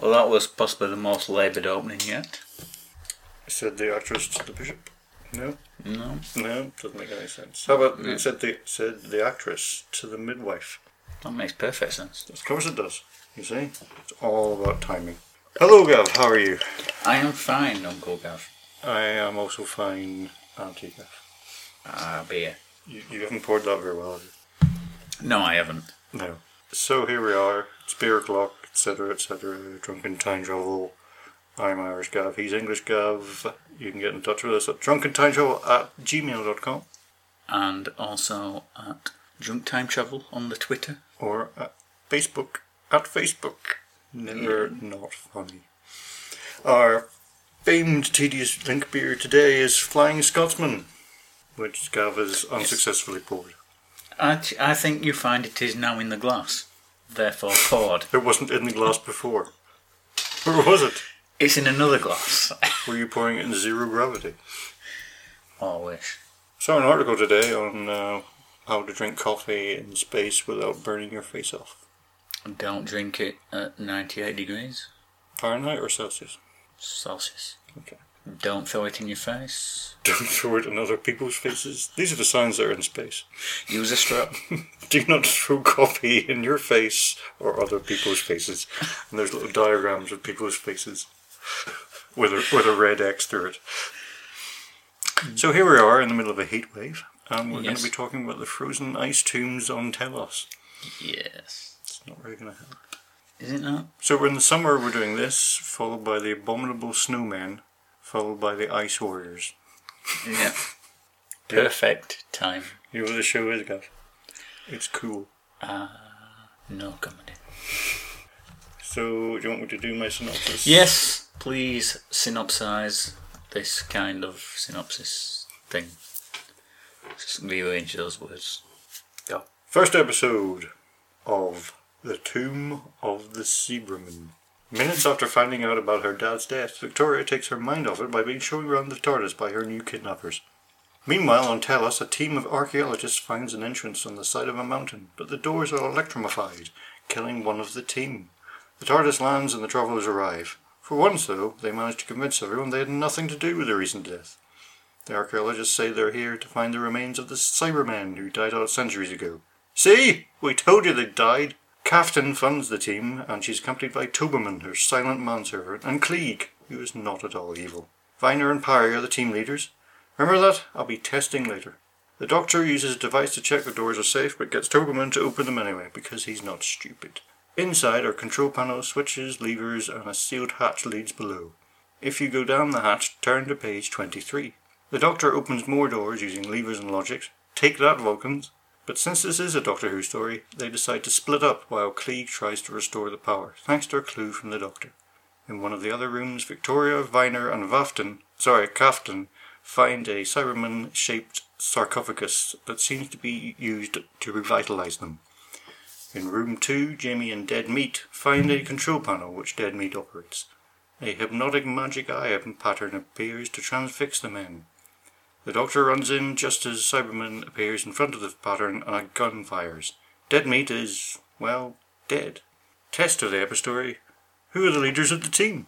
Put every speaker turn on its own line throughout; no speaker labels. Well, that was possibly the most laboured opening yet.
Said the actress to the bishop. No,
No.
no, doesn't make any sense. How about it said the said the actress to the midwife?
That makes perfect sense.
Of course it does. You see, it's all about timing. Hello, Gav. How are you?
I am fine, Uncle Gav.
I am also fine, Auntie Gav.
Ah, beer.
You, you haven't poured that very well. Have
No, I haven't.
you? No. So here we are. It's beer o'clock, etc., etc. Drunken time travel. I'm Irish Gav. He's English Gav. You can get in touch with us at drunkentimeshow at gmail.com
And also at Drunk Time Travel on the Twitter.
or at Facebook at Facebook. Never not funny. Our famed tedious link beer today is Flying Scotsman, which Gav has unsuccessfully poured.
I, t- I think you find it is now in the glass, therefore poured.
It wasn't in the glass before. Where was it?
It's in another glass.
Were you pouring it in zero gravity?
Always.
Saw an article today on uh, how to drink coffee in space without burning your face off.
Don't drink it at 98 degrees
Fahrenheit or Celsius?
Celsius.
Okay.
Don't throw it in your face.
Don't throw it in other people's faces. These are the signs that are in space.
Use a strap.
Do not throw coffee in your face or other people's faces. And there's little diagrams of people's faces with a, with a red X through it. So here we are in the middle of a heat wave, and we're going
Yes.
to be talking about the frozen ice tombs on Telos.
yes.
It's not really going to help.
Is it not?
So we're in the summer, we're doing this, followed by the Abominable Snowmen, followed by the Ice Warriors.
Yeah. Perfect time.
You know what the show is, Gav? It's cool.
No comedy.
So, do you want me to do my synopsis?
Yes, please synopsize this kind of synopsis thing. Just rearrange those words. Go.
First episode of The Tomb of the Seabraman. Minutes after finding out about her dad's death, Victoria takes her mind off it by being shown around the TARDIS by her new kidnappers. Meanwhile, on Talos, a team of archaeologists finds an entrance on the side of a mountain, but the doors are electrified, killing one of the team. The TARDIS lands and the travellers arrive. For once, though, they manage to convince everyone they had nothing to do with the recent death. The archaeologists say they're here to find the remains of the Cybermen who died out centuries ago. See? We told you they died. Kaftan funds the team, and she's accompanied by Toberman, her silent manservant, and Klieg, who is not at all evil. Viner and Parry are the team leaders. Remember that? I'll be testing later. The doctor uses a device to check the doors are safe, but gets Toberman to open them anyway, because he's not stupid. Inside are control panels, switches, levers, and a sealed hatch leads below. If you go down the hatch, turn to page 23. The Doctor opens more doors using levers and logic. Take that, Vulcans. But since this is a Doctor Who story, they decide to split up while Klieg tries to restore the power, thanks to a clue from the Doctor. In one of the other rooms, Victoria, Viner, and Vafton, sorry, Kafton, find a Cyberman shaped sarcophagus that seems to be used to revitalize them. In room two, Jamie and Dead Meat find a control panel which Dead Meat operates. A hypnotic magic eye pattern appears to transfix the men. The doctor runs in just as Cyberman appears in front of the pattern and a gun fires. Dead meat is, well, dead. Test of the epistory. Who are the leaders of the team?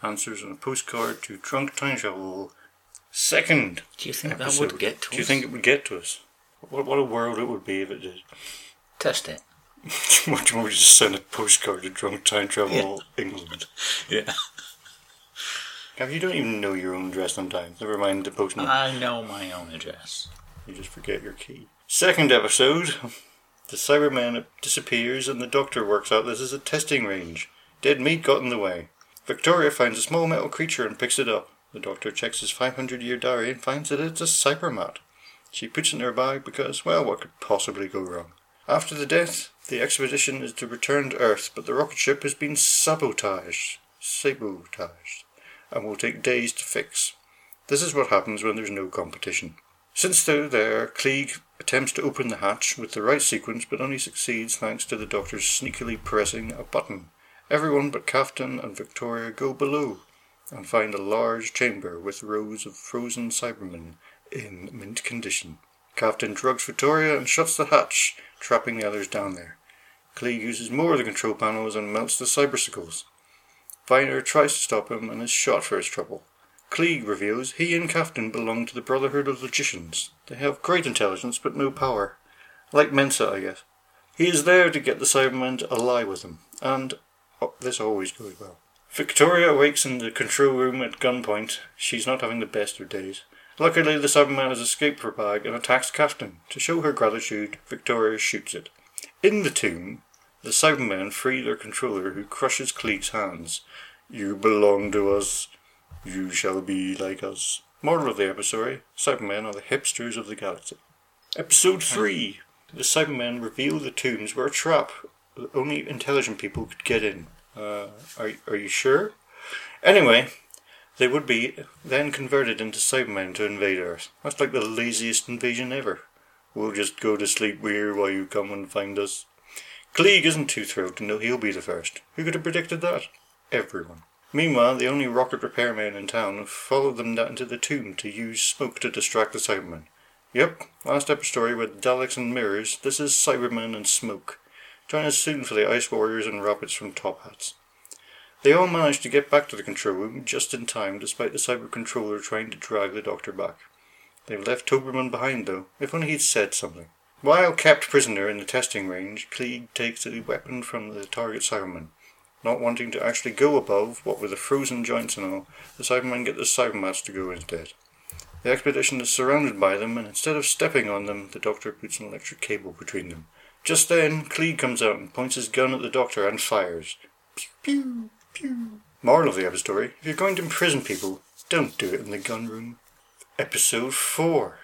Answers on a postcard to Drunk Time Travel. Second
Do you think that
episode.
would get to
Do you
us?
think it would get to us? What, what a world it would be if it did.
Test it.
What do you want me to send a postcard to Drunk Time Travel England?
Yeah.
Gav, you don't even know your own address sometimes. Never mind the postman.
I know my own address.
You just forget your key. Second episode The Cyberman disappears, and the doctor works out this is a testing range. Dead meat got in the way. Victoria finds a small metal creature and picks it up. The doctor checks his 500 year diary and finds that it's a cybermat. She puts it in her bag because, well, what could possibly go wrong? After the death, the expedition is to return to Earth, but the rocket ship has been sabotaged. Sabotaged. And will take days to fix. This is what happens when there's no competition. Since they're there, Klieg attempts to open the hatch with the right sequence but only succeeds thanks to the doctor sneakily pressing a button. Everyone but Kaftan and Victoria go below and find a large chamber with rows of frozen Cybermen in mint condition. Kaftan drugs Victoria and shuts the hatch, trapping the others down there. Klieg uses more of the control panels and melts the cybersicles. Viner tries to stop him and is shot for his trouble. Klieg reveals he and Kaftan belong to the Brotherhood of Logicians. They have great intelligence but no power. Like Mensa, I guess. He is there to get the Cybermen to ally with him, and oh, this always goes well. Victoria awakes in the control room at gunpoint. She's not having the best of days. Luckily, the Cyberman has escaped her bag and attacks Kaftan. To show her gratitude, Victoria shoots it. In the tomb, the Cybermen free their controller, who crushes Cleek's hands. You belong to us. You shall be like us. Moral of the episode Cybermen are the hipsters of the galaxy. Episode 3 The Cybermen reveal the tombs were a trap. that Only intelligent people could get in. Uh, are, are you sure? Anyway, they would be then converted into Cybermen to invade Earth. That's like the laziest invasion ever. We'll just go to sleep here while you come and find us. Klieg isn't too thrilled to know he'll be the first. Who could have predicted that? Everyone. Meanwhile, the only rocket repairman in town followed them down into the tomb to use smoke to distract the Cybermen. Yep, last episode story with Daleks and Mirrors, this is Cybermen and Smoke. Join us soon for the Ice Warriors and Rabbits from Top Hats. They all manage to get back to the control room just in time, despite the cyber controller trying to drag the doctor back. They've left Toberman behind, though. If only he'd said something. While kept prisoner in the testing range, Klieg takes a weapon from the target Cyberman. Not wanting to actually go above, what with the frozen joints and all, the Cybermen get the Cybermats to go instead. The expedition is surrounded by them, and instead of stepping on them, the doctor puts an electric cable between them. Just then, Klieg comes out and points his gun at the doctor and fires. Pew, pew, pew. Moral of the episode story, if you're going to imprison people, don't do it in the gun room. Episode 4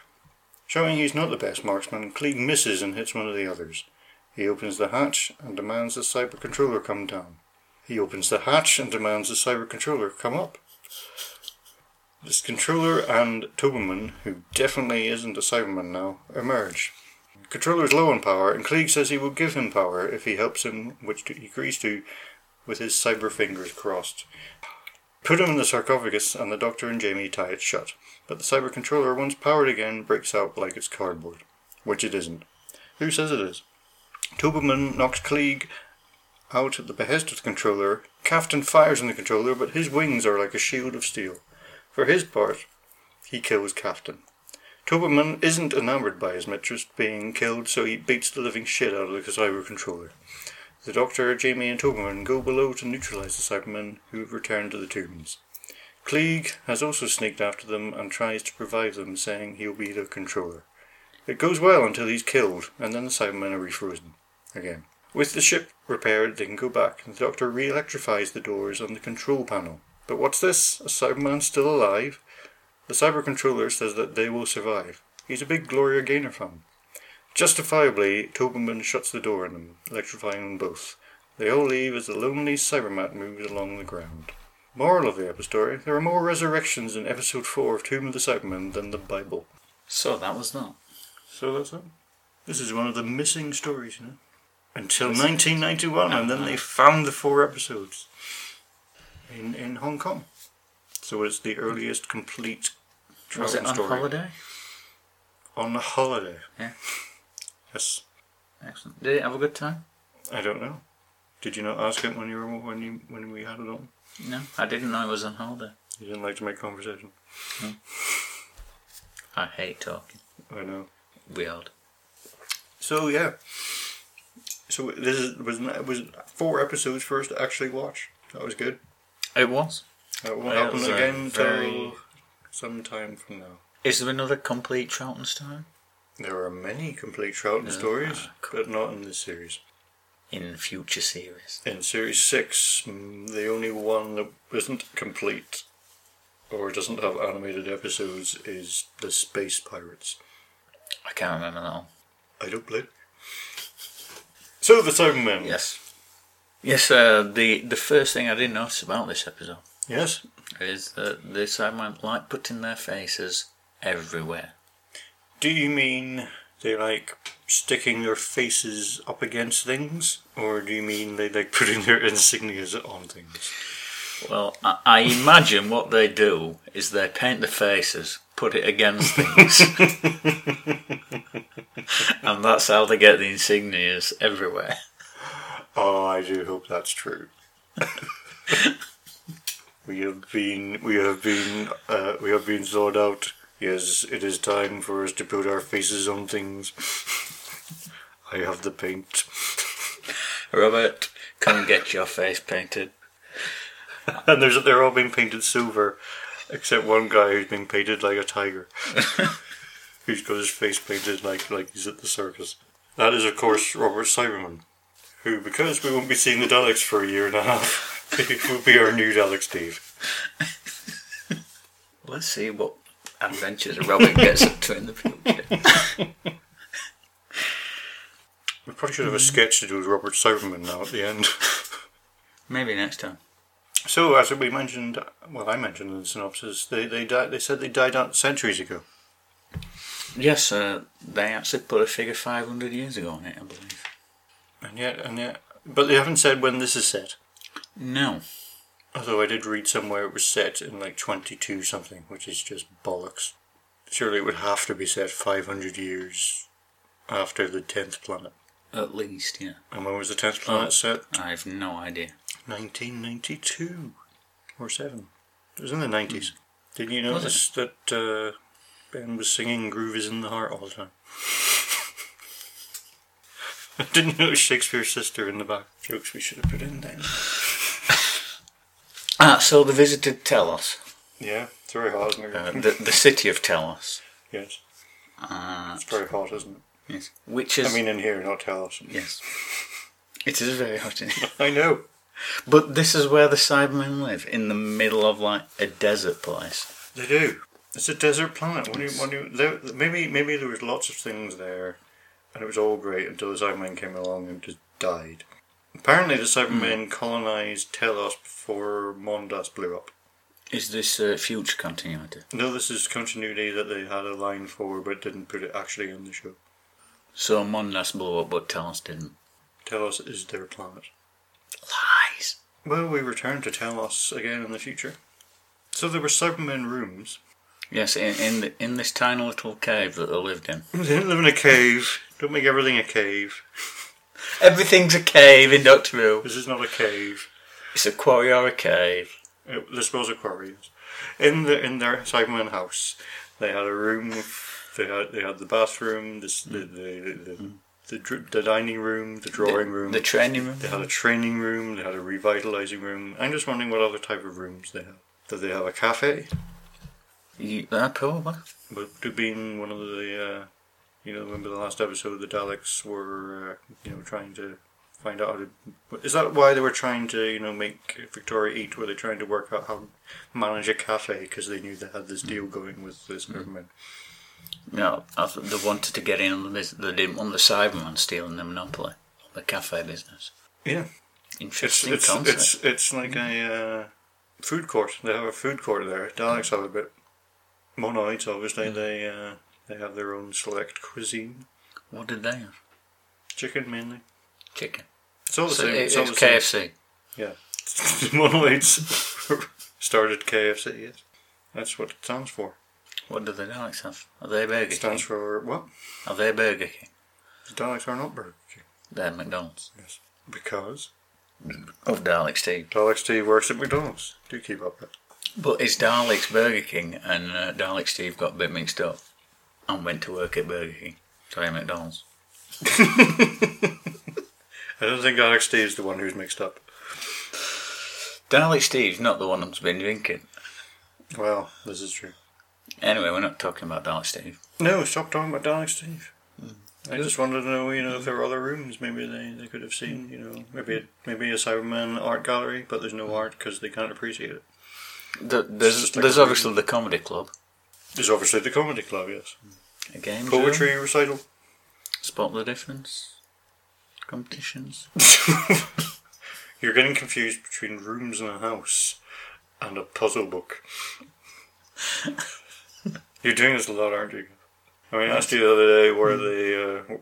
Showing he's not the best marksman, Klieg misses and hits one of the others. He opens the hatch and demands the cyber controller come down. He opens the hatch and demands the cyber controller come up. This controller and Toberman, who definitely isn't a Cyberman now, emerge. Controller's low on power, and Klieg says he will give him power if he helps him, which he agrees to, with his cyber fingers crossed. Put him in the sarcophagus, and the doctor and Jamie tie it shut. But the cyber controller, once powered again, breaks out like it's cardboard, which it isn't. Who says it is? Toberman knocks Klieg out at the behest of the controller. Kaftan fires on the controller, but his wings are like a shield of steel. For his part, he kills Kaftan. Toberman isn't enamored by his mistress being killed, so he beats the living shit out of the cyber controller. The Doctor, Jamie, and Toberman go below to neutralize the Cybermen, who have returned to the tombs. Klieg has also sneaked after them and tries to revive them, saying he'll be their controller. It goes well until he's killed, and then the Cybermen are refrozen again. With the ship repaired, they can go back, and the Doctor re electrifies the doors on the control panel. But what's this? A Cyberman still alive? The Cyber Controller says that they will survive. He's a big Gloria Gaynor fan. Justifiably, Toberman shuts the door on them, electrifying them both. They all leave as the lonely Cybermat moves along the ground. Moral of the episode story, there are more resurrections in episode 4 of Tomb of the Cybermen than the Bible.
So that was that.
So that's it. This is one of the missing stories, you know. Until 1991, and then they found the four episodes in, in Hong Kong. So it's the earliest complete travel
Was it on
story.
holiday?
On holiday.
Yeah.
Yes.
Excellent. Did it have a good time?
I don't know. Did you not ask it when you were when you when we had it on?
No, I didn't know it was on holiday.
You didn't like to make conversation.
I hate talking.
I know.
Weird.
So yeah. So this is, was it was four episodes for us to actually watch. That was good.
It was.
That won't
That
happen
was a
again
very-
till sometime from now.
Is there another complete Troughton story?
There are many complete Troughton stories, but not in this series.
In future series.
In series six, mm, the only one that isn't complete or doesn't have animated episodes is the Space Pirates.
I can't remember that one.
I don't blame. So the Cybermen.
Yes. Yes, uh, the, the first thing I did notice about this episode
Yes.
is that the Cybermen like putting their faces everywhere.
Do you mean they like sticking their faces up against things, or do you mean they like putting their insignias on things?
Well, I, I imagine what they do is they paint the faces, put it against things, and that's how they get the insignias everywhere.
Oh, I do hope that's true. We have been, we have been, uh, we have been thawed out. Yes, it is time for us to put our faces on things. I have the paint.
Robert, come and get your face painted.
And there's, they're all being painted silver, except one guy who's being painted like a tiger. who's got his face painted like, like he's at the circus. That is, of course, Robert Cyberman, who, because we won't be seeing the Daleks for a year and a half, he will be our new Dalek Steve.
Let's see what adventures Robin gets up to in the future.
We probably should have a sketch to do with Robert Cyberman now at the end.
Maybe next time.
So, as we mentioned, well, I mentioned in the synopsis, they they died. They said they died out centuries ago.
Yes, uh, they actually put a figure 500 years ago on it, I believe.
And yet, and yet, but they haven't said when this is set.
No.
Although I did read somewhere it was set in like 22 something, which is just bollocks. Surely it would have to be set 500 years after the 10th planet.
At least, yeah.
And when was the 10th planet set?
I have no idea.
1992 or 7. It was in the 90s. Did you notice that uh, Ben was singing Groove is in the Heart all the time? I didn't notice Shakespeare's sister in the back. Jokes we should have put in then.
Ah, so they visited Telos,
Yeah, it's very hot, isn't it?
uh, the, the city of Telos.
yes,
Uh,
it's very hot, isn't it?
yes. Which is.
I mean, in here, not Talos.
yes. It is very hot in here.
I know.
But this is where the Cybermen live, in the middle of like a desert place.
They do. It's a desert planet. What do you, what do you, there, maybe maybe there was lots of things there, and it was all great until the Cybermen came along and just died. Apparently, the Cybermen colonized Telos before Mondas blew up.
Is this uh, future continuity?
No, this is continuity that they had a line for, but didn't put it actually in the show.
So Mondas blew up, but Telos didn't.
Telos is their planet.
Lies.
Will we return to Telos again in the future? So there were Cybermen rooms.
Yes, in in, the, in this tiny little cave that they lived in.
They didn't live in a cave. Don't make everything a cave.
Everything's a cave in Doctor Who.
This is not a cave.
It's a quarry or a cave.
Uh, this was Aquarius. In the in their Cyberman house, they had a room. They had they had the bathroom, this, the the the, the, the, dr- the dining room, the drawing room.
The training room.
they had a training room. They had a revitalizing room. I'm just wondering what other type of rooms they have. Did they have a cafe?
You, uh, probably.
Would have been one of the, uh, you know, remember the last episode the Daleks were, uh, you know, trying to find out how to. Is that why they were trying to, you know, make Victoria eat? Were they trying to work out how to manage a cafe because they knew they had this deal going with this
Hmm.
government?
No, I th- they wanted to get in on the business. They didn't want the Cyberman stealing the monopoly on the cafe business.
Yeah, it's
Interesting
it's,
concept. Hmm.
it's it's like a uh, food court. They have a food court there. Daleks have a bit. Monoids, obviously,
Hmm.
they uh, they have their own select cuisine,
What did they have?
chicken mainly.
Chicken.
It's all the
So
same.
it,
it's all
it's
the same.
KFC.
Yeah. Monoids started KFC, yes. That's what it stands for.
What do the Daleks have? Are they Burger
It stands
King?
for what?
Are they Burger King?
The Daleks are not Burger King.
They're McDonald's.
Yes. Because
Of Dalek Steve.
Dalek Steve works at McDonald's. Do keep up that.
But is Dalek's Burger King and uh, Dalek Steve got a bit mixed up and went to work at Burger King? Sorry, McDonald's.
I don't think Dalek Steve's the one who's mixed up.
Dalek Steve's not the one who's been drinking.
Well, this is true.
Anyway, we're not talking about Dalek Steve.
No, stop talking about Dalek Steve. I just wanted to know, you know, if there were other rooms maybe they, they could have seen, you know, maybe a, maybe a Cyberman art gallery, but there's no art because they can't appreciate it.
Th there's
Just like
there's
a-
obviously the comedy club,
There's obviously the comedy club, yes.
a game show,
Poetry recital.
spot the difference, competitions.
You're getting confused between rooms in a house and a puzzle book. You're doing this a lot, aren't you? I mean, I asked you the other day where the uh,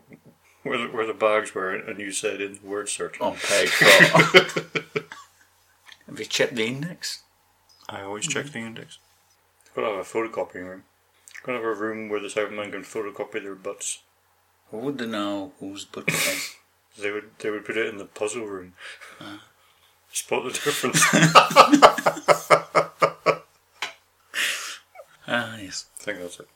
where the, where the bags were, and you said in the word search.
on page four. Have you checked the index?
I always check the index. Gotta have a photocopying room. Gotta have a room where the Cybermen can photocopy their butts.
Who would they know whose butt it is?
They would they would Ah. put it in the puzzle room. Spot the difference.
Ah, Yes.
I think that's it.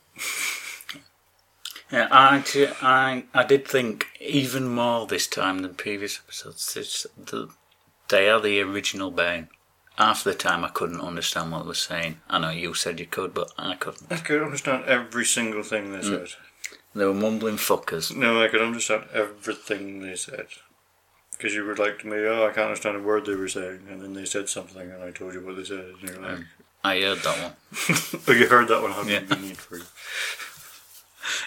Yeah, I, t- I, I did think even more this time than previous episodes. It's the, they are the original Bane. Half the time I couldn't understand what they were saying. I know you said you could, but I couldn't.
I could understand every single thing they said.
They were mumbling fuckers.
No, I could understand everything they said. Because you were like to me, oh, I can't understand a word they were saying. And then they said something, and I told you what they said. And you're like,
I heard that one.
oh, you heard that one, how
Yeah.
convenient for you.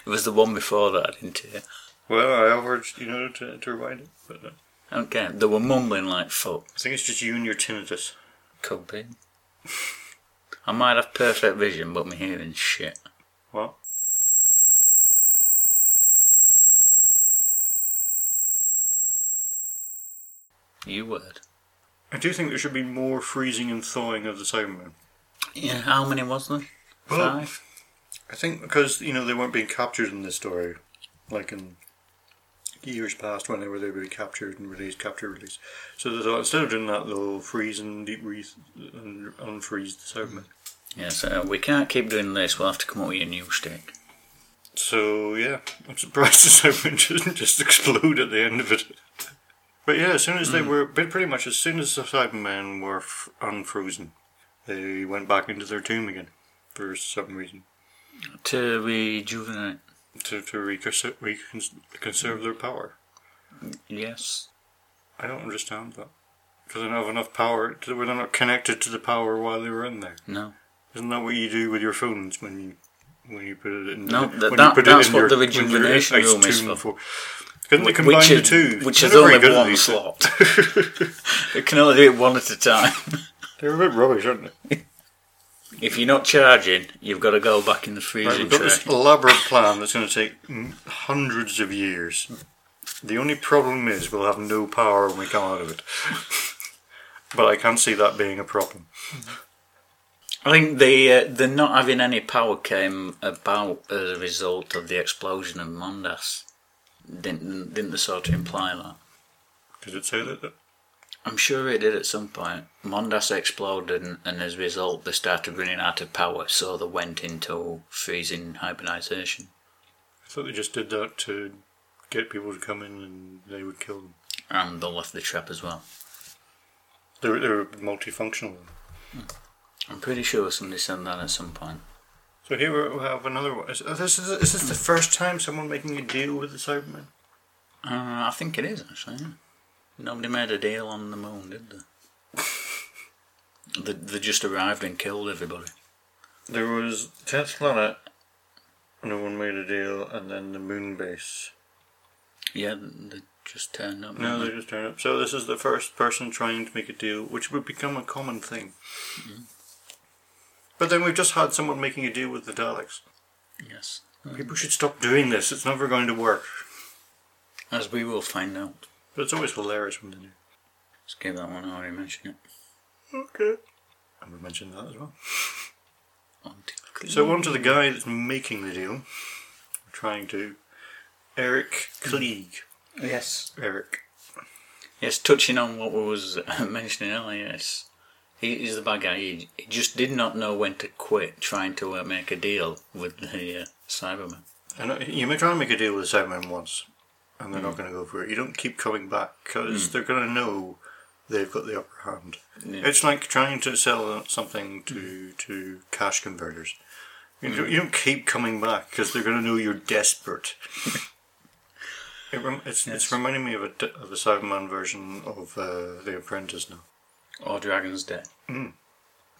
It was the one before that I didn't hear.
Well, I offered, you know, to, to rewind it. But uh,
I don't care. They were mumbling like fuck.
I think it's just you and your tinnitus.
Could be. I might have perfect vision, but my hearing's shit.
What?
You would.
I do think there should be more freezing and thawing of the Cybermen.
Yeah, how many was there?
Well-
Five?
I think because, you know, they weren't being captured in this story. Like in years past when they were they were being captured and released, captured, released. So they thought instead of doing that, they'll freeze and deep freeze and unfreeze the Cybermen.
Yeah, so we can't keep doing this. We'll have to come up with a new stick.
So yeah, I'm surprised the Cybermen didn't just explode at the end of it. But yeah, as soon as they were, but pretty much as soon as the Cybermen were f- unfrozen, they went back into their tomb again for some reason
To rejuvenate.
to to recons- recons- conserve their power.
Yes.
I don't understand that because they don't have enough power. To, they're not connected to the power while they were in there.
No.
Isn't that what you do with your phones when you when you put it in?
No,
when
that-
you
that-
put it
that's
in
what
your-
the
when you're in
rejuvenation
ice
room is
tomb
for.
Couldn't they combine
which
the
is,
two?
Which
They're
is
not very
only
good at
one
these things.
slot. it can only do it one at a time.
They're a bit rubbish, aren't they?
If you're not charging, you've got to go back in the
Right,
freezing
we've got
tray.
this elaborate plan that's going to take mm, hundreds of years. The only problem is we'll have no power when we come out of it. but I can see that being a problem.
I think the uh, the not having any power came about as a result of the explosion in Mondas. Didn't didn't they sort of imply that?
Did it say that?
I'm sure it did at some point. Mondas exploded, and, and as a result, they started running out of power, so they went into freezing hibernation.
I thought they just did that to get people to come in and they would kill them.
And they left the trap as well.
They were, they were multifunctional.
I'm pretty sure somebody said that at some point.
So here we have another one. Is, oh, this is, is this the first time someone making a deal with the Cybermen?
Uh, I think it is, actually. yeah. Nobody made a deal on the moon, did they? they, they just arrived and killed everybody.
There was 10th Planet, no one made a deal, and then the moon base.
Yeah, they just turned up.
No,
didn't
they just turn up. So this is the first person trying to make a deal, which would become a common thing. But then we've just had someone making a deal with the Daleks.
they? Yes.
People should stop doing this. It's never going to work.
As we will find out.
But it's always hilarious when they do.
Let's give that one, I already mentioned it.
Okay. And we mentioned that as well.
On to-
So on to the guy that's making the deal. Trying to. Eric Klieg.
Yes.
Eric.
Yes, touching on what we was uh, mentioning earlier, yes. He is the bad guy. He, he just did not know when to quit trying to uh, make a deal with the uh, Cyberman.
And uh, you may try and make a deal with Cybermen once, and they're not
Mm.
going to go for it. You don't keep coming back because they're going to know they've got the upper hand.
Yeah. Mm.
It's like trying to sell something to to cash converters. You, don't, you don't keep coming back because they're going to know you're desperate. it rem- it's, it's
Yes.
reminding me of a, d- of a Cyberman version of uh, The Apprentice now.
Or Dragon's Den.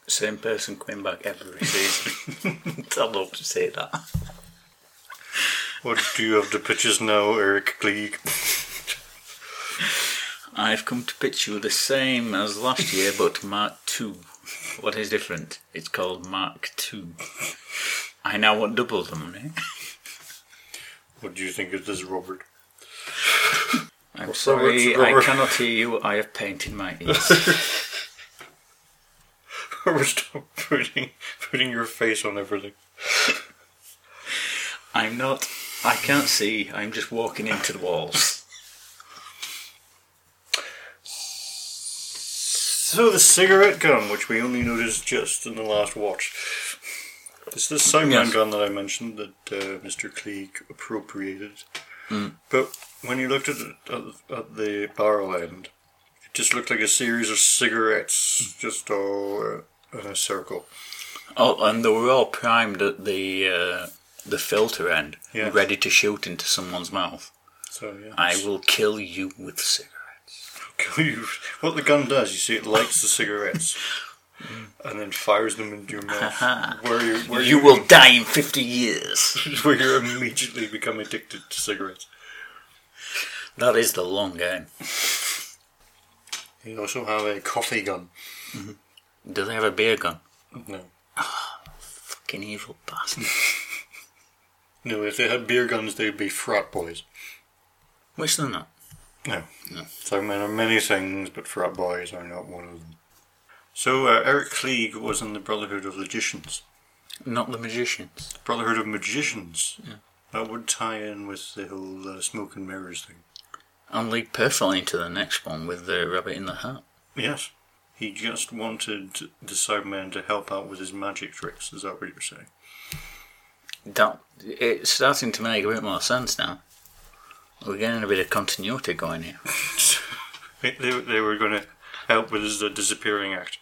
Same person coming back every season. I'd love to say that.
What do you have the pitches now, Eric Gleig?
I've come to pitch you the same as last year, but Mark II. What is different? It's called Mark II. I now want double the money.
What do you think of this, Robert?
I'm sorry, I
Robert.
cannot hear you. I have painted my ears.
Robert, stop putting, putting your face on everything.
I'm not. I can't see. I'm just walking into the walls.
So the cigarette gun, which we only noticed just in the last watch. It's this Simon
Yes.
gun that I mentioned that uh, Mr. Cleek appropriated.
Mm.
But when you looked at, it, at, at the barrel end, it just looked like a series of cigarettes just all uh, in a circle.
Oh, and they were all primed at the uh, the filter end,
Yeah.
ready to shoot into someone's mouth.
So, yeah.
I will kill you with cigarette.
what the gun does, you see, it lights the cigarettes and then fires them into your mouth. where you, where
You will die in fifty years.
where you immediately become addicted to cigarettes.
that is the long game.
You also have a coffee gun.
Do they have a beer gun?
No.
Fucking evil bastard.
No, if they had beer guns, they'd be frat boys.
Which they're not.
No. So men are many things, but frat boys are not one of them. So uh, Eric Klieg was in the Brotherhood of Logicians.
Not the magicians.
Brotherhood of Magicians. That would tie in with the whole uh, smoke and mirrors thing.
And lead perfectly into the next one with the rabbit in the hat.
Yes. He just wanted the Cybermen to help out with his magic tricks. Is that what you're saying?
That it's starting to make a bit more sense now. We're getting a bit of continuity going here.
They, they they were going to help with his uh, disappearing act.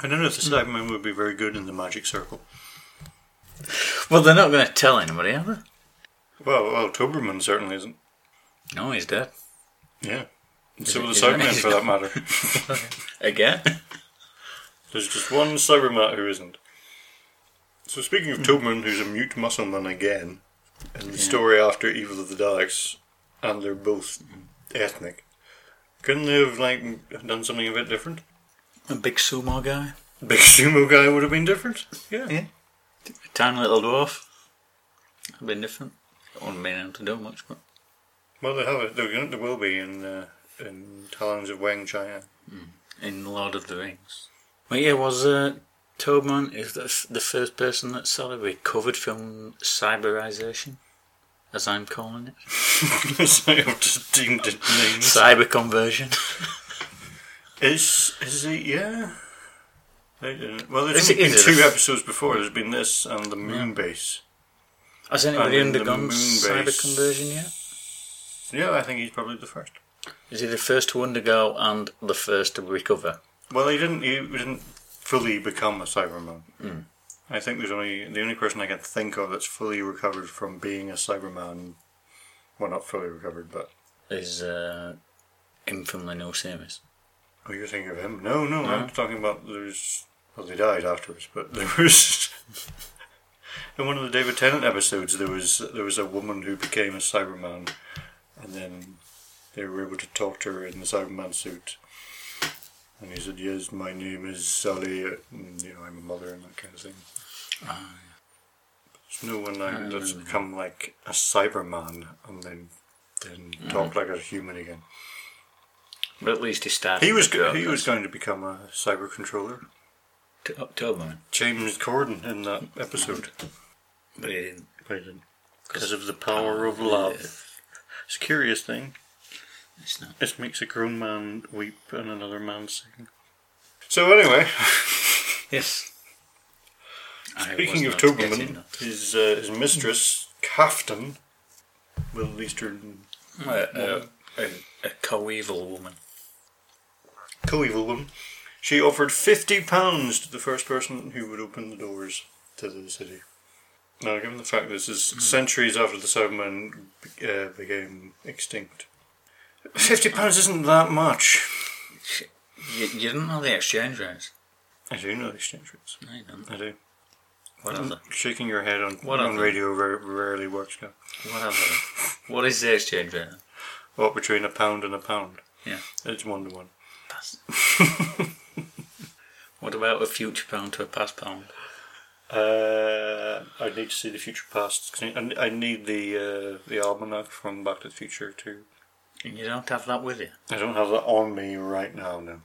I don't know if the
Hmm.
Cybermen would be very good in the magic circle.
Well, they're not going to tell anybody, are they?
Well, well, Toberman certainly isn't.
No, he's dead.
Yeah. And so were the
is there-
Cybermen, for that matter.
Again?
There's just one Cyberman who isn't. So speaking
Hmm.
of Toberman, who's a mute Muscleman again, and the story after Evil of the Daleks, and they're both
Hmm.
ethnic, couldn't they have like done something a bit different?
a big sumo guy.
Big sumo guy would have been different. Yeah.
Yeah. A tiny little dwarf. A bit different. I wouldn't been able to do much, but.
Well, they have it. They're going to will be in uh, in Talons of Wang China.
In Lord of the Rings. But yeah, was uh, Toadman is the, f- the first person that sort of recovered from cyberization, as I'm calling it?
so I've just deemed it names.
Cyber conversion.
Is is it? Yeah. I don't know. Well,
Is
there's been
it- is it
two
a-
episodes before. There's been this and the moon base.
Has anybody
And in the
undergone
moon
cyber
base.
conversion yet?
Yeah, I think he's probably the first.
Is he the first to undergo and the first to recover?
Well, he didn't. He didn't fully become a Cyberman.
Hmm.
I think there's only the only person I can think of that's fully recovered from being a Cyberman. Well, not fully recovered, but
Is uh, him from the new series?
oh, you're thinking of him? No, no, I'm talking about there's. Well, they died afterwards, but there was. In one of the David Tennant episodes, there was there was a woman who became a Cyberman, and then they were able to talk to her in the Cyberman suit. And he said, "Yes, my name is Sally. And, you know, I'm a mother and that kind of thing." There's no one like, that's become like a Cyberman and then then talk like a human again.
But at least he started.
He was
to go.
go- he was going to become a cyber controller.
To- uh, Toadman,
James Corden in that episode.
but he didn't.
Because of the power of love. It's a curious thing.
It's not.
It makes a grown man weep and another man sing. So anyway,
Yes. I
speaking
was
of
not getting
Toberman,
that.
his uh, his mistress Kaftan, Middle Eastern
Uh, uh, a, a coeval woman.
co-evil woman, she offered fifty pounds to the first person who would open the doors to the city. Now, given the fact this is centuries after the Cybermen uh, became extinct, fifty pounds isn't that much.
You, you didn't know the exchange rates.
I do know the exchange rates.
No, you didn't.
I do.
What are they?
Shaking your head on
What
on
other?
radio rare- rarely works. Now.
What are they? What is the exchange rate?
What between a pound and a pound?
Yeah.
It's one to one.
Pass. what about a future pound to a past pound?
Uh, I need to see the future past. 'cause I I need the uh, the almanac from Back to the Future too.
And you don't have that with you.
I don't have that on me right now, no.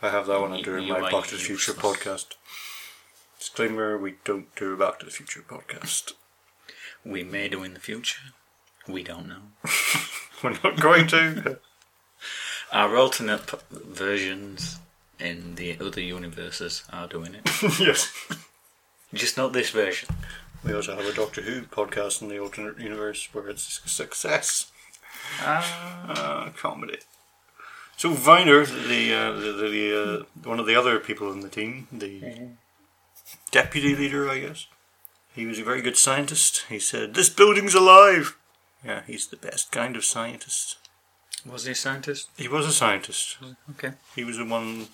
I have that one
You-
under
you
my
are
Back to the Future
useless.
podcast. Disclaimer, we don't do a Back to the Future podcast.
We may do in the future. We don't know.
We're not going to.
Our alternate p- versions in the other universes are doing it.
yes.
Just not this version.
We also have a Doctor Who podcast in the alternate universe where it's a success.
Ah.
Uh, comedy. So Viner, the, uh, the, the, the uh, one of the other people in the team, the deputy leader, I guess. He was a very good scientist. He said, "This building's alive." Yeah, he's the best kind of scientist.
Was he a scientist?
He was a scientist.
Okay.
He was the one.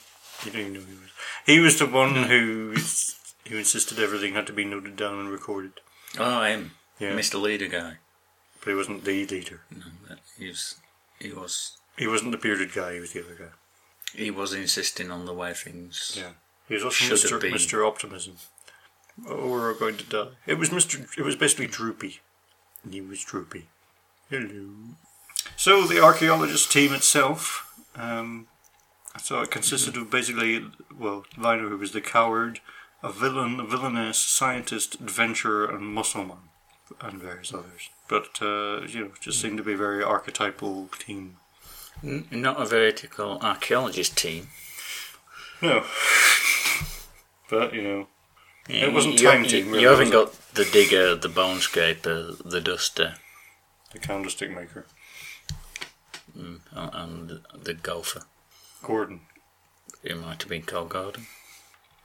You don't even know who he was. He was the one who who insisted everything had to be noted down and recorded.
Oh, him.
Yeah,
Mr. Leader guy.
but he wasn't the leader.
No, that- he was. He was.
He wasn't the bearded guy. He was the other guy.
He was insisting on the way things.
Yeah. He was also
Should
Mr.
have been.
Mr. Optimism. Oh, we're all going to die. It was Mr. It was basically Droopy. He was Droopy. Hello. So the archaeologist team itself. Um, so it consisted of basically, well, Lino, who was the coward, a villain, a villainess, scientist, adventurer, and muscleman, and various others. But uh, you know, just seemed to be a very archetypal team.
N- not a vertical archaeologist team.
No. But you know,
Yeah,
wasn't
you-
time
you-
team, really,
You haven't
was it?
got the digger, the bone scraper, the duster,
the candlestick maker.
and- uh, and the golfer.
Gordon.
It might have been called Gordon.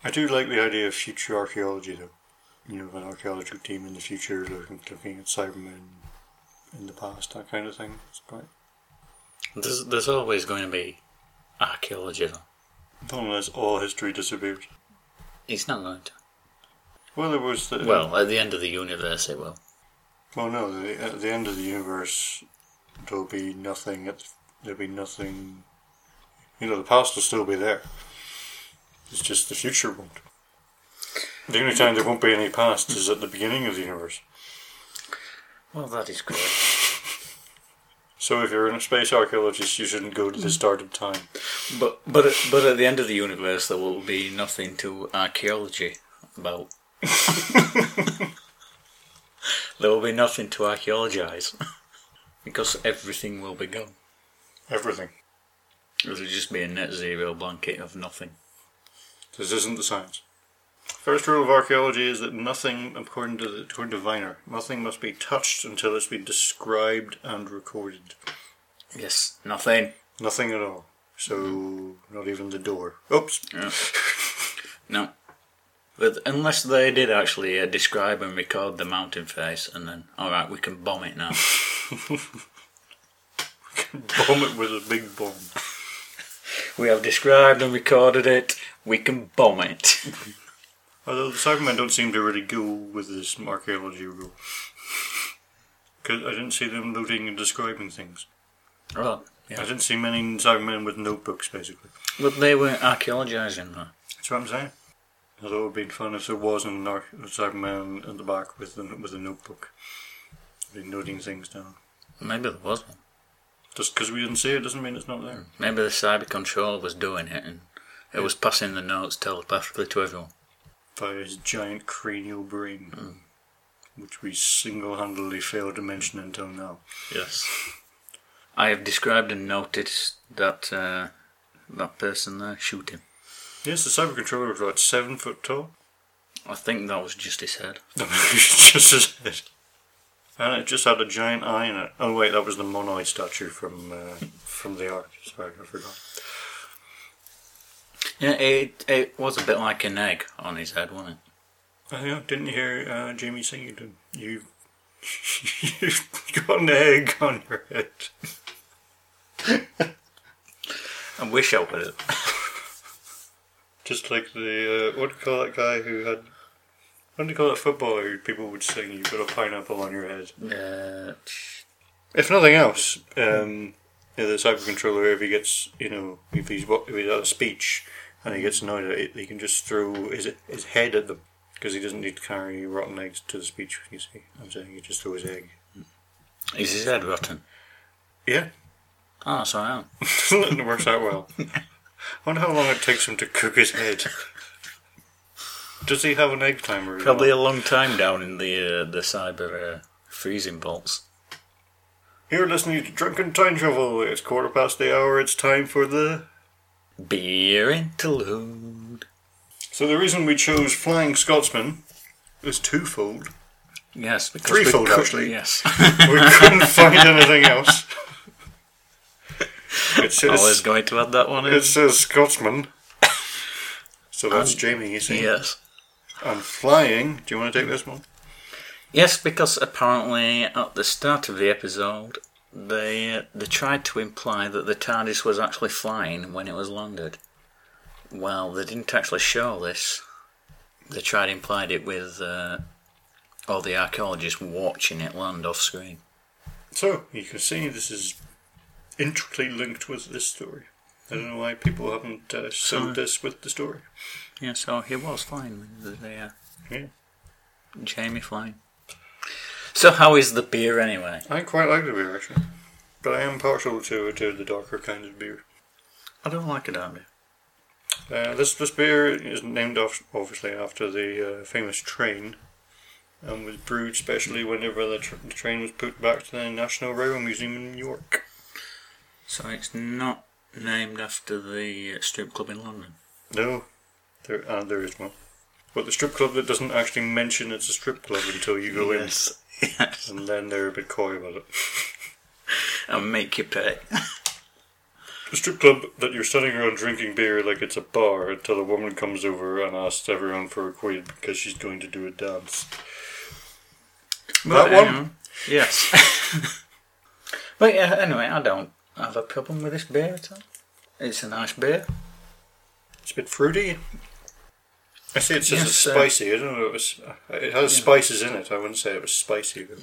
I do like the idea of future archaeology, though. You know, of an archaeological team in the future looking, looking at Cybermen in the past, that kind of thing. It's quite.
There's, there's always going to be archaeology, though.
Unless all history disappears.
It's not going to.
Well, there was the.
Well, at the end of the universe, it will.
Well, no, the, at the end of the universe, there'll be nothing. At, there'll be nothing. You know, the past will still be there. It's just the future won't. The only time there won't be any past is at the beginning of the universe.
Well, that is good.
So if you're a space archaeologist, you shouldn't go to the start of time.
But but at, but at the end of the universe, there will be nothing to archaeology about. there will be nothing to archaeologise because everything will be gone.
Everything.
It'll just be a net zero blanket of nothing.
This isn't the science. First rule of archaeology is that nothing, according to the, according to Viner, nothing must be touched until it's been described and recorded.
Yes, nothing.
Nothing at all. So not even the door. Oops.
No. But unless they did actually uh, describe and record the mountain face, and then all right, we can bomb it now.
bomb it with a big bomb.
we have described and recorded it. We can bomb it.
Although the Cybermen don't seem to really go with this archaeology rule. Because I didn't see them noting and describing things.
oh,
I
yeah.
didn't see many Cybermen with notebooks, basically.
But they weren't archaeologising though.
That's what I'm saying. Although it would have been fun if there was an arch- a Cyberman at the back with a, with a notebook. Been noting things down.
Maybe there was one.
Just because we didn't see it doesn't mean it's not there.
Maybe the cyber controller was doing it and it was passing the notes telepathically to everyone.
By his giant cranial brain. Which we single handedly failed to mention until now.
Yes. I have described and noticed that uh, that person there. Shoot him.
Yes, the cyber controller was about seven foot tall.
I think that was just his head.
just his head. And it just had a giant eye in it. Oh wait, that was the Monoi statue from uh, from the ark. Sorry, I forgot.
Yeah, it it was a bit like an egg on his head, wasn't it?
I know, didn't you hear uh, Jamie sing? You didn't. You you've got an egg on your head.
I wish I would have.
Just like the uh, what do you call that guy who had what do you call that footballer who people would sing? You've got a pineapple on your head.
Uh,
If nothing else, um, yeah, the cyber controller, if he gets, you know, if he's, wa- if he's at a speech and he gets annoyed at it, he can just throw his, his head at them because he doesn't need to carry rotten eggs to the speech, you see. I'm saying he just throw his egg.
is his head rotten?
Yeah,
Ah, so I am.
it works out well. I wonder how long it takes him to cook his head. Does he have an egg timer? as
Probably
well?
a long time down in the uh, the cyber uh, freezing vaults.
You're listening to Drunken Time Travel. It's quarter past the hour. It's time for the
Beer interlude.
So the reason we chose Flying Scotsman was twofold.
Yes, because
Threefold,
we could-
actually.
Yes,
We couldn't find anything else. It
I was
says,
going to add that one in.
it says Scotsman. So that's Jamie, you see.
Yes,
And flying. Do you want to take this one?
yes, because apparently at the start of the episode, they uh, they tried to imply that the TARDIS was actually flying when it was landed. Well, they didn't actually show this. They tried implied it with uh, all the archaeologists watching it land off screen.
So, you can see this is intricately linked with this story. I don't know why people haven't uh, sewed
Sorry.
this with the story.
Yeah, so he was flying with the uh,
Yeah.
Jamie flying. So how is the beer anyway?
I quite like the beer, actually. But I am partial to, to the darker kind of beer.
I don't like it, Andy.
Uh, this this beer is named off, obviously after the uh, famous train, and was brewed specially whenever the, tr- the train was put back to the National Railway Museum in New York.
So it's not named after the uh, strip club in London.
No, there uh, there is one, but the strip club that doesn't actually mention it's a strip club until you go
yes,
in, and then they're a bit coy about it.
and make you pay.
The strip club that you're standing around drinking beer like it's a bar until a woman comes over and asks everyone for a quid because she's going to do a dance.
But
that one.
anyway, um, yes. but yeah, anyway, I don't have a problem with this beer at all. It's a nice beer.
It's a bit fruity. I see it says it's
Yes, uh,
spicy. I don't know. It, was, it has spices in it. I wouldn't say it was spicy. But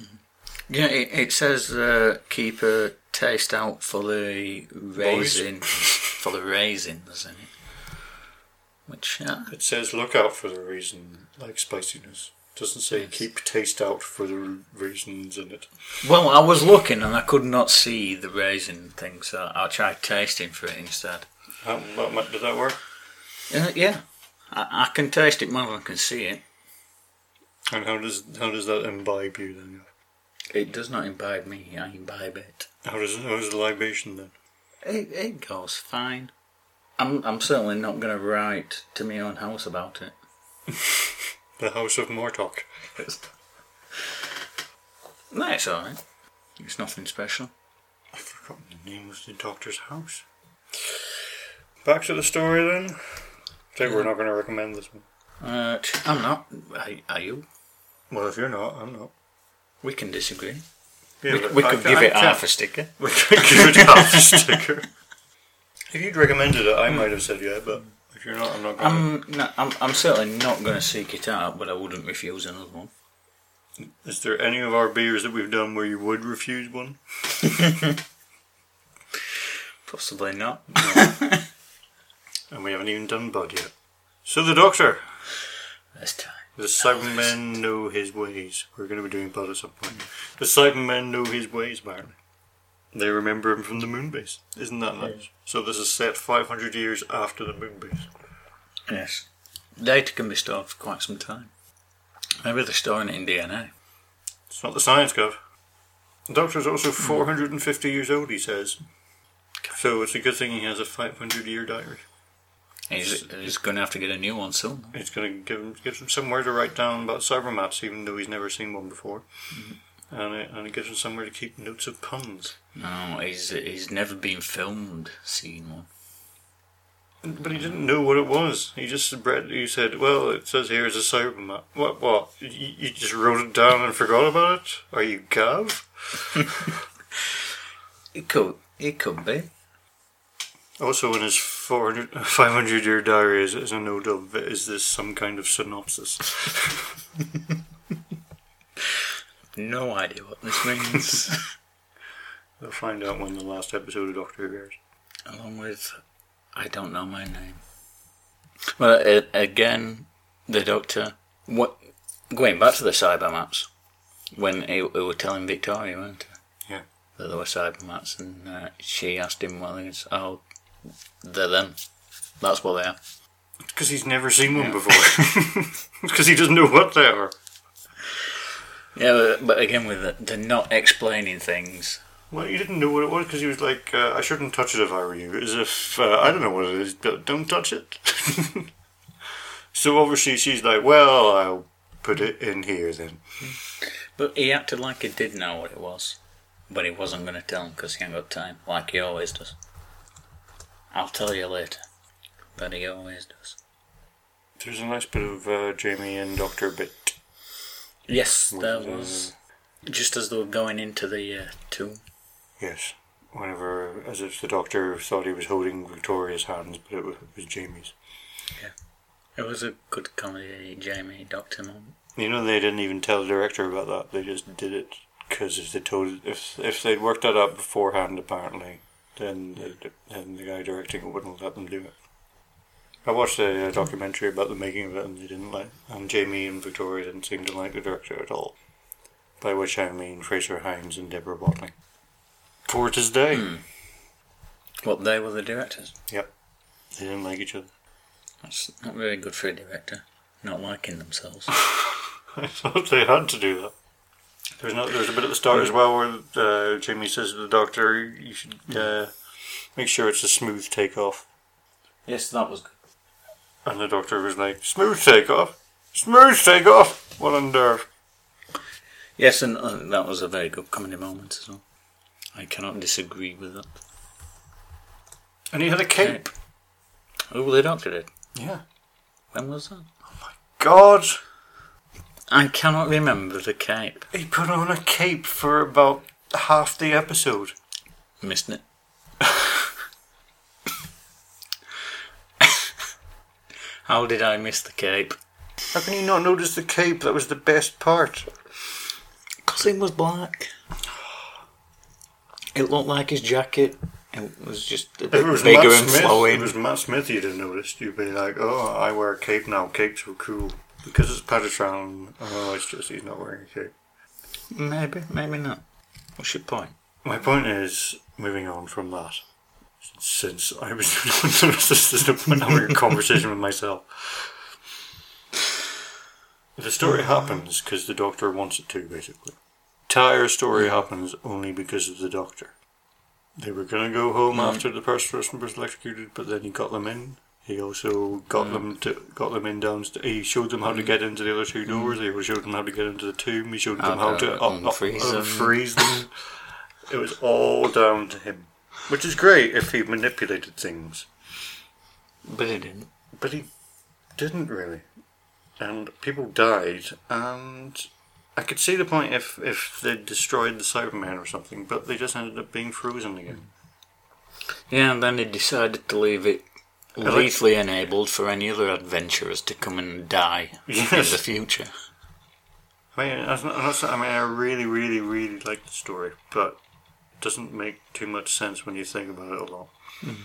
Yeah, it, it says uh, keep a taste out for the raisin, for the raisins in it. Which uh,
it says look out for the reason, like spiciness. doesn't say keep taste out for the reasons in it.
Well, I was looking and I could not see the raisin thing, so I tried tasting for it instead.
That, that might, did that work?
Uh, yeah, I, I can taste it more than I can see it.
And how does how does that imbibe you then?
It does not imbibe me, I imbibe it.
How does how is the libation then?
It, it goes fine. I'm, I'm certainly not going to write to my own house about it.
The House of Mortok.
No, it's alright. It's nothing special.
I've forgotten the name of the doctor's house. Back to the story then. I think we're not going to recommend this one.
Uh, t- I'm not. Are, are you?
Well, if you're not, I'm not.
We can disagree.
Yeah,
We,
but
we
I
could
ca-
give
I
it
can't-
half a sticker.
We could give it half a sticker. If you'd recommended it, I might have said yeah, but if you're not, I'm not going
I'm, no, I'm, I'm certainly not going to seek it out, but I wouldn't refuse another one.
to. Is there any of our beers that we've done where you would refuse one?
Possibly not.
And we haven't even done Bud yet. So the Doctor.
This time.
The Cybermen know his ways. We're going to be doing Bud at some point. The Cybermen know his ways, apparently. They remember him from the moon base. Isn't that nice? So this is set 500 years after the moon base.
Yes. Data can be stored for quite some time. Maybe they're storing it in DNA.
It's not the science guy. The doctor's also 450 years old, he says. So it's a good thing he has a 500 year diary.
He's, he's going to have to get a new one soon.
It's going to give him, gives him somewhere to write down about cybermaps, even though he's never seen one before. And, it, and it gives him somewhere to keep notes of puns.
No, he's he's never been filmed seeing one.
But he didn't know what it was. He just read, he said, Well, it says here it's a cybermap. What, what? You, you just wrote it down and forgot about it? Are you Gav?
It could it could be.
Also, in his 400, 500 year diary is, is a note of is this some kind of synopsis?
No idea what this means.
We'll find out when the last episode of Doctor Who airs.
Along with, I don't know my name. Well, a again, the Doctor. What? Going back to the cyber maps, when he, he were telling Victoria, weren't he?
Yeah.
That there were cyber maps, and uh, she asked him, "Well, it's oh, they're them. That's what they are."
Because he's never seen one before. Because he doesn't know what they are.
Yeah, but, but again, with the, the not explaining things.
Well, he didn't know what it was because he was like, uh, I shouldn't touch it if I were you. As if, uh, I don't know what it is, but don't touch it. so obviously she's like, well, I'll Put it in here then.
But he acted like he did know what it was, but he wasn't going to tell him because he ain't got time, like he always does. I'll tell you later, but he always does.
There's a nice bit of uh, Jamie and Doctor bit.
Yes, there
with, uh,
was just as they were going into the uh, tomb.
Yes. Whenever, as if the doctor thought he was holding Victoria's hands, but it was, it was Jamie's.
It was a good comedy, Jamie Doctor moment.
You know, they didn't even tell the director about that. They just did it because if they told, if if they'd worked that out beforehand, apparently, then the, then the guy directing it wouldn't let them do it. I watched a, uh documentary about the making of it, and they didn't like. And Jamie and Victoria didn't seem to like the director at all. By which I mean Fraser Hines and Deborah Bottling. For it is day,
What they were the directors.
they didn't like each other.
That's not very good for a director, not liking themselves.
I thought they had to do that. There's no, there's a bit at the start as well where uh, Jamie says to the doctor, "You should uh, make sure it's a smooth takeoff."
yes, that was good.
And the doctor was like, "Smooth takeoff, smooth takeoff." What on earth?
Yes, and uh, that was a very good comedy moment as well. I cannot disagree with that.
And he had a cape.
Oh, the doctor did.
Yeah.
When was that?
God,
I cannot remember the cape.
he put on a cape for about half the episode.
Missed it. How did I miss the cape?
How can you not notice the cape? That was the best part.
Because it was black. It looked like his jacket. It was just a bit bigger and flowing.
Matt Smith you'd have noticed, you'd be like, oh, I wear a cape now. Capes were cool. Because it's Patterson, oh, it's just he's not wearing a cape.
Maybe, maybe not. What's your point?
My point is, moving on from that, since I was this is the point I'm having a conversation with myself. The story happens because the doctor wants it to, basically. Entire story happens only because of the doctor. They were going to go home after the first person was electrocuted, but then he got them in. He also got
Mm.
them to got them in downstairs. He showed them how to get into the other
Mm.
two doors. He showed them how to get into the tomb. He showed them
How
how
to
to un- un-
uh, unfreeze them.
unfreeze them. It was all down to him, which is great if he manipulated things,
But it didn't.
but he didn't really. And people died, and I could see the point if if they destroyed the Cyberman or something, but they just ended up being frozen again.
Yeah, and then they decided to leave it
like-
lethally enabled for any other adventurers to come and die in
Yes.
the future.
I mean, that's not, that's not- I mean, I really, really, really like the story, but it doesn't make too much sense when you think about it a lot.
Mm-hmm.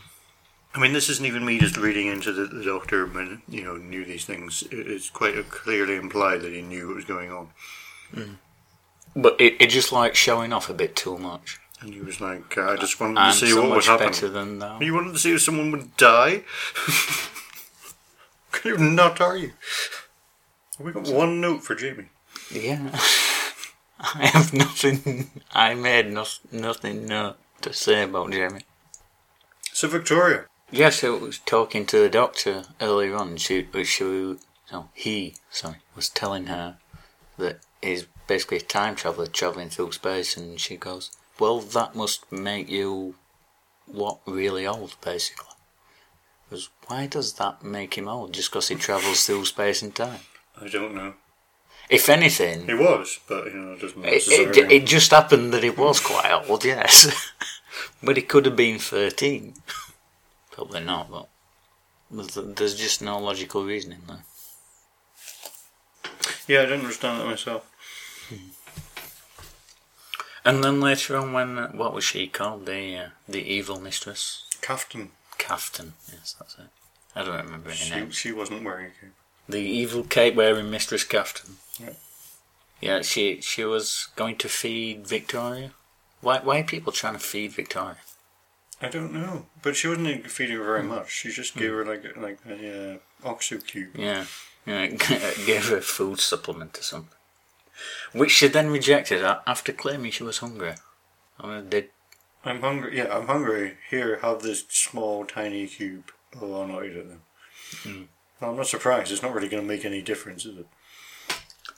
I mean, this isn't even me just reading into the, the doctor, man, you know, knew these things. It, it's quite clearly implied that he knew what was going on.
But it, it just like showing off a bit too much.
And he was like, I just wanted
And
to see
so
what
much
would happen.
better than that.
You wanted to see if someone would die? Could you not, are you? We got one note for Jamie.
Yeah. I have nothing. I made no, nothing no, to say about Jamie.
So, Victoria.
Yes, I was talking to the doctor earlier on. She, she, no, he, sorry, was telling her that he's basically a time traveler traveling through space, and she goes, "Well, that must make you what really old, basically." Because why does that make him old? Just because he travels through space and time?
I don't know.
If anything,
He was, but, you know, it doesn't
it,
necessarily.
it, it just happened that he was quite old, yes. but he could have been 13. Probably not, but there's- there's just no logical reasoning there.
Yeah, I didn't understand that myself.
And then later on, when uh, what was she called? The uh, the evil mistress,
Captain.
Cafton. Yes, that's it. I don't remember her
She,
name.
she wasn't wearing a cape.
The evil cape wearing mistress Cafton.
Yeah.
Yeah, she she was going to feed Victoria. Why why are people trying to feed Victoria?
I don't know, Hmm. but she wasn't feeding her very much. She just gave her like like a uh, oxo cube.
Yeah, yeah, gave her a food supplement or something, which she then rejected a- after claiming she was hungry. I mean, did
I'm hungry. Yeah, I'm hungry. Here, have this small, tiny cube. Oh, I'll not eat it then. Well, I'm not surprised. It's not really going to make any difference, is it?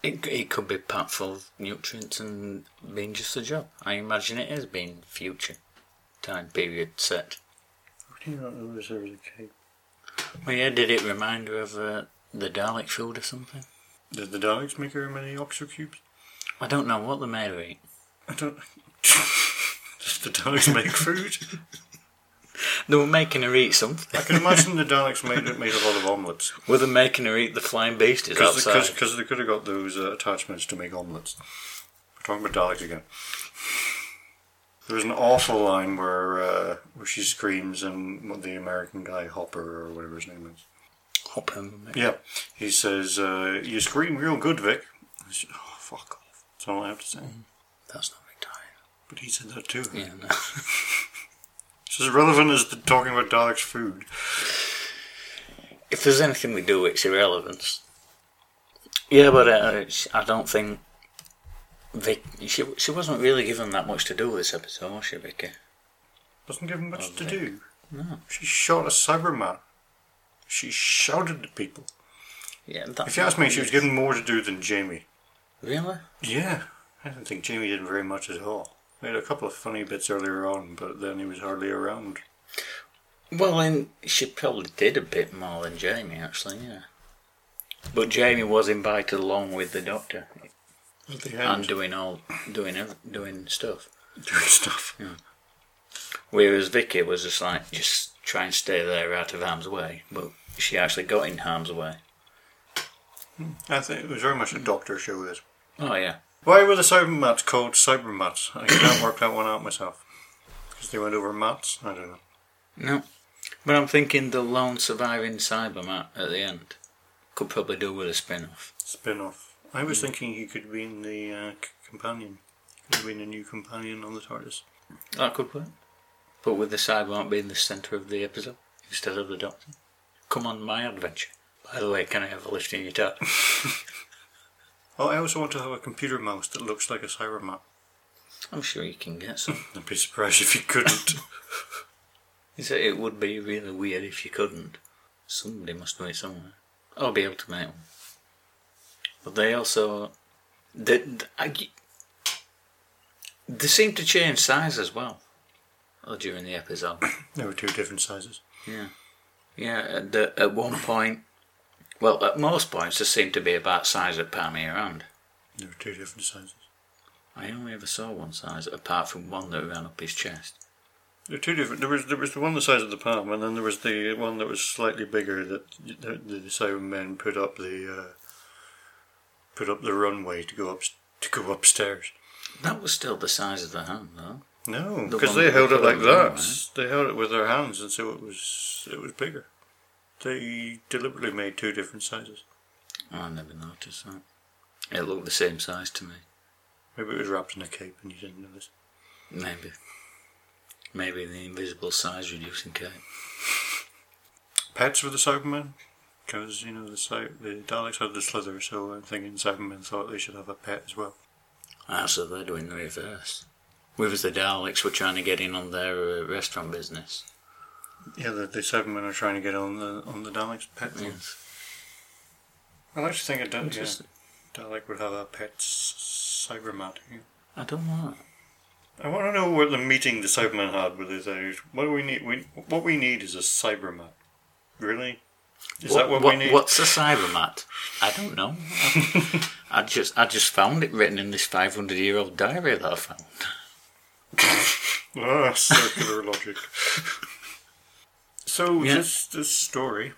It, it could be packed full of nutrients and being just a job. I imagine it is being future time period set.
do you not know this there was a cake?
Well, yeah, did it remind her of uh, the Dalek food or something?
Did the Daleks make her many Oxo cubes?
I don't know what the made her eat.
I don't. Does the Daleks make food?
They were making her eat something.
I can imagine the Daleks made made a lot of omelets
Were they making her eat the flying beasties outside?
because they could have got those uh, attachments to make omelets. We're talking about Daleks again. There's an awful line where uh, where she screams and the American guy Hopper or whatever his name is.
Hop him.
Yeah, he says uh, you scream real good, Vic. I said, oh fuck off. That's all I have to say.
That's not retired.
But he said that too.
Mm-hmm. Yeah, no.
It's as relevant as the talking about Daleks food.
if there's anything we do, it's irrelevance. Yeah, but uh, it's- I don't think Vic. She she wasn't really given that much to do with this episode, was she, Vicky?
Doesn't give him much to
Vic.
do.
No.
She shot a Cyberman. She shouted at people.
Yeah. That,
If you ask me, she was given more to do than Jamie.
Really?
Yeah, I don't think Jamie did very much at all. He had a couple of funny bits earlier on, but then he was hardly around.
Well, then she probably did a bit more than Jamie, actually. Yeah. But Jamie was invited along with the doctor
At the
and
end,
doing all doing ev- doing stuff.
doing stuff.
Whereas Vicky was just like, just try and stay there out of harm's way. But she actually got in harm's way.
I think it was very much a doctor show. This.
Oh, yeah.
Why were the Cybermats called Cybermats? I can't work that one out myself. Because they went over mats. I don't know.
No. But I'm thinking the lone surviving Cybermat at the end could probably do with a spin off.
Spin off. I was thinking he could be in the uh, c- companion. Could have been a new companion on the TARDIS.
That could work. But with the Cybermat being the centre of the episode instead of the Doctor. Come on, my adventure. By the way, can I have a lift in your tap?
Oh, I also want to have a computer mouse that looks like a Cybermat.
I'm sure you can get some.
I'd be surprised if he couldn't.
He said it would be really weird if you couldn't. Somebody must do it somewhere. I'll be able to make one. But they also, they, th- I- they seem to change size as well. Oh, during the episode,
there were two different sizes.
yeah, yeah. At, the, at one point, well, at most points, they seem to be about size at palm of your hand.
There were two different sizes.
I only ever saw one size, apart from one that ran up his chest.
There were two different. There was there was the one the size of the palm, and then there was the one that was slightly bigger that the, the Cybermen put up the uh, put up the runway to go up to go upstairs.
That was still the size of the hand, though.
No,
The
because
one
they held
that
it like
they held
that.
on,
They held it with their hands, and so it was it was bigger. They deliberately made two different sizes.
I never noticed that. It looked the same size to me.
Maybe it was wrapped in a cape, and you didn't notice.
Maybe. Maybe the invisible size reducing cape.
Pets with the Cybermen, because you know the Cy- the Daleks had the Slither, so I'm thinking Cybermen thought they should have a pet as well.
Ah, so they're doing the reverse. Whereas the Daleks were trying to get in on their uh, restaurant business.
Yeah, the, the Cybermen are trying to get on the on the Daleks' pet thing. I like to think a Dal- yeah,
Interesting.
Dalek would have a pet s- Cybermat. yeah.
I don't know.
I want to know what the meeting the Cybermen had where they said, "What do we need? We, what we need is a Cybermat." Really? Is that what, we need?
What's a cybermat? I don't know. I- I just I just found it written in this 500 year old diary that I found.
Ah, circular logic. So
Yeah.
this this story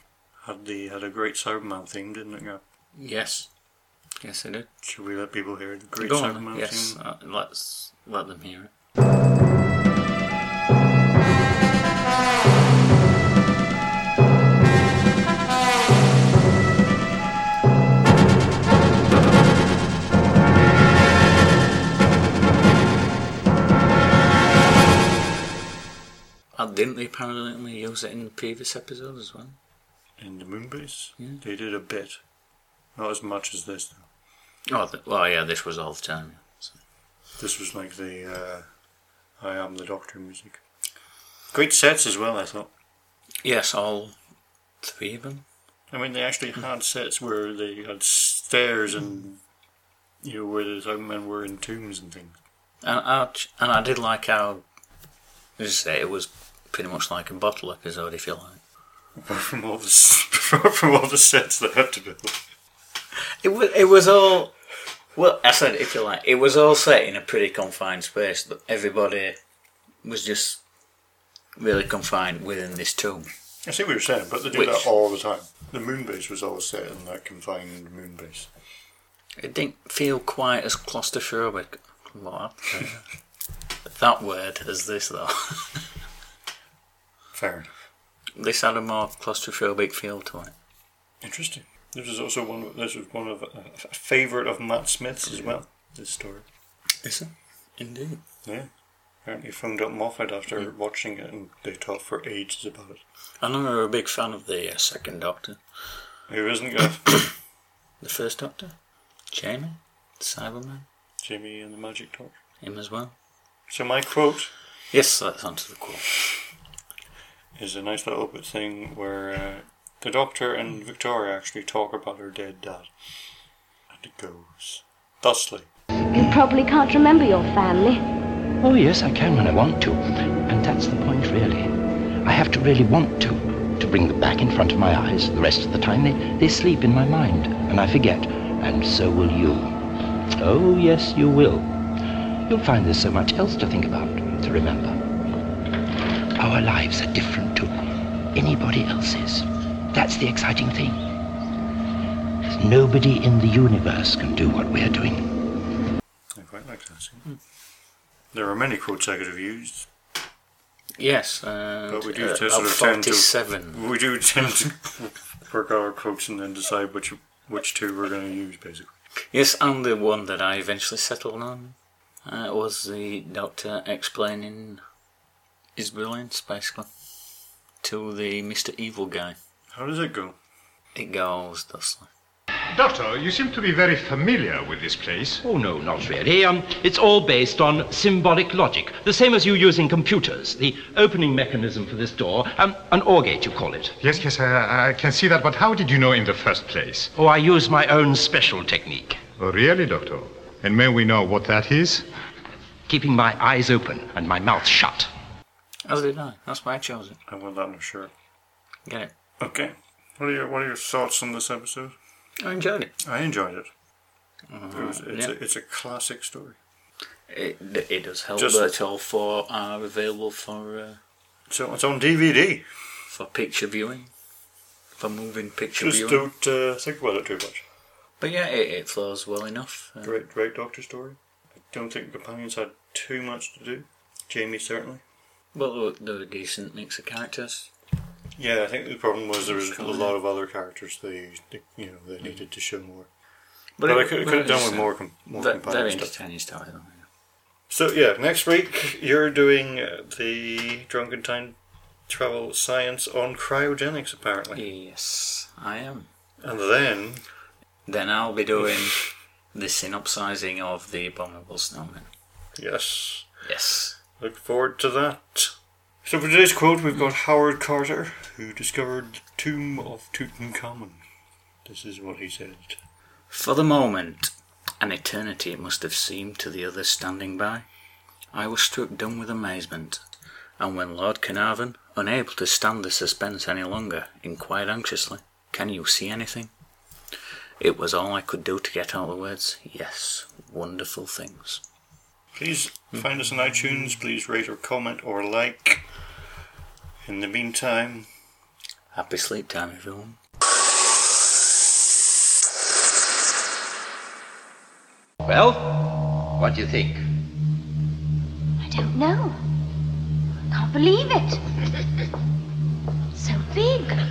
had the had a great Cyberman theme, didn't it? yeah?
Yes. Yes, I did.
Should we let people hear the great
Go on,
Cyberman
Yes,
theme?
uh, let's let them hear it. Uh, didn't they apparently use it in the previous episode as well?
in the moon base.
Yeah.
They did a bit, not as much as this. Though.
Oh, th- well, yeah, this was all the time.
This was like the uh, "I am the Doctor" music. Great sets as well, I thought.
Yes, all three of them.
I mean, they actually had sets where they had stairs and You were the time men were in tombs and things.
And I, and I did like how, as I say, it was pretty much like a bottle episode, if you like.
Apart from all the s- apart from all the sets that have to build.
It was, it was all, well, I said, if you like, it was all set in a pretty confined space. That everybody was just really confined within this tomb.
I see what you're saying, but they do
Which-
that all the time. The moon base was always set in that confined moon base.
It didn't feel quite as claustrophobic. What? that word as this, though.
Fair enough.
this had a more claustrophobic feel to it.
Interesting. This is also one. This was one of uh, a favorite of Matt Smith's as well. This story.
Is it? Indeed.
Yeah. Apparently found out Moffat after watching it, and they talked for ages about it.
I know you're a big fan of the uh, second Doctor.
Who isn't good?
The first Doctor? Jamie? Cyberman?
Jimmy and the Magic Torch.
Him as well?
So my quote
Yes, that's onto the call.
is a nice little bit thing where uh, the Doctor and Victoria actually talk about her dead dad, and it goes thusly.
You probably can't remember your family.
Oh, yes, I can when I want to. And that's the point, really. I have to really want to, to bring them back in front of my eyes. The rest of the time, they, they sleep in my mind, and I forget. And so will you. Oh, yes, you will. You'll find there's so much else to think about, to remember. Our lives are different to anybody else's. That's the exciting thing. There's Nobody in the universe can do what we're doing.
I quite like that. scene. There are many quotes I could have used.
Yes, uh,
But we do
uh,
to
about
sort of tend to-
47.
We do tend to work out our quotes and then decide which which two we're going to use, basically.
Yes, and the one that I eventually settled on uh, was the Doctor explaining his brilliance, basically, to the Mr. Evil guy.
How does it go?
It goes thusly.
Doctor, you seem to be very familiar with this place.
Oh, no, not really. Um, it's all based on symbolic logic, the same as you use in computers. The opening mechanism for this door, um, an OR gate, you call it.
Yes, yes, I, I can see that, but how did you know in the first place?
Oh, I use my own special technique,
Oh, really, Doctor? And may we know what that is?
keeping my eyes open and my mouth shut.
As did I. That's why I chose it.
I want that on a shirt.
Get it?
Okay. What are your What are your thoughts on this episode? Mm-hmm.
I enjoyed it.
I enjoyed it. it was, it's,
yeah.
a, it's a classic story.
It, it does help
Just-
that all four are available for uh,
So it's on DVD.
for picture viewing, for moving picture
Just
viewing.
don't uh, think about it too much.
But yeah, it, it flows well enough. Uh,
Great, great Doctor story. I don't think the companions had too much to do. Jamie certainly.
well, there were- there were a decent mix of characters.
Yeah, I think the problem was there was a lot of other characters they, they you know they needed to show more. But, I could, could have done with more com- more
uh, Very, very
companion stuff.
entertaining story. though.
So yeah, next week you're doing uh, the drunken time travel science on cryogenics apparently,
Yes, I am.
and then
Then I'll be doing the synopsizing of the Abominable Snowman.
yes,
Yes.
Look forward to that. So for today's quote, we've got Howard Carter, who discovered the tomb of Tutankhamun. This is what he said.
For the moment, an eternity it must have seemed to the others standing by, I was struck dumb with amazement. And when Lord Carnarvon, unable to stand the suspense any longer, inquired anxiously, Can you see anything? It was all I could do to get out the words, Yes, wonderful things.
Please find us on iTunes. Please rate or comment or like. In the meantime,
Happy sleep time, everyone.
Well, what do you think?
I don't know. I can't believe it. so big.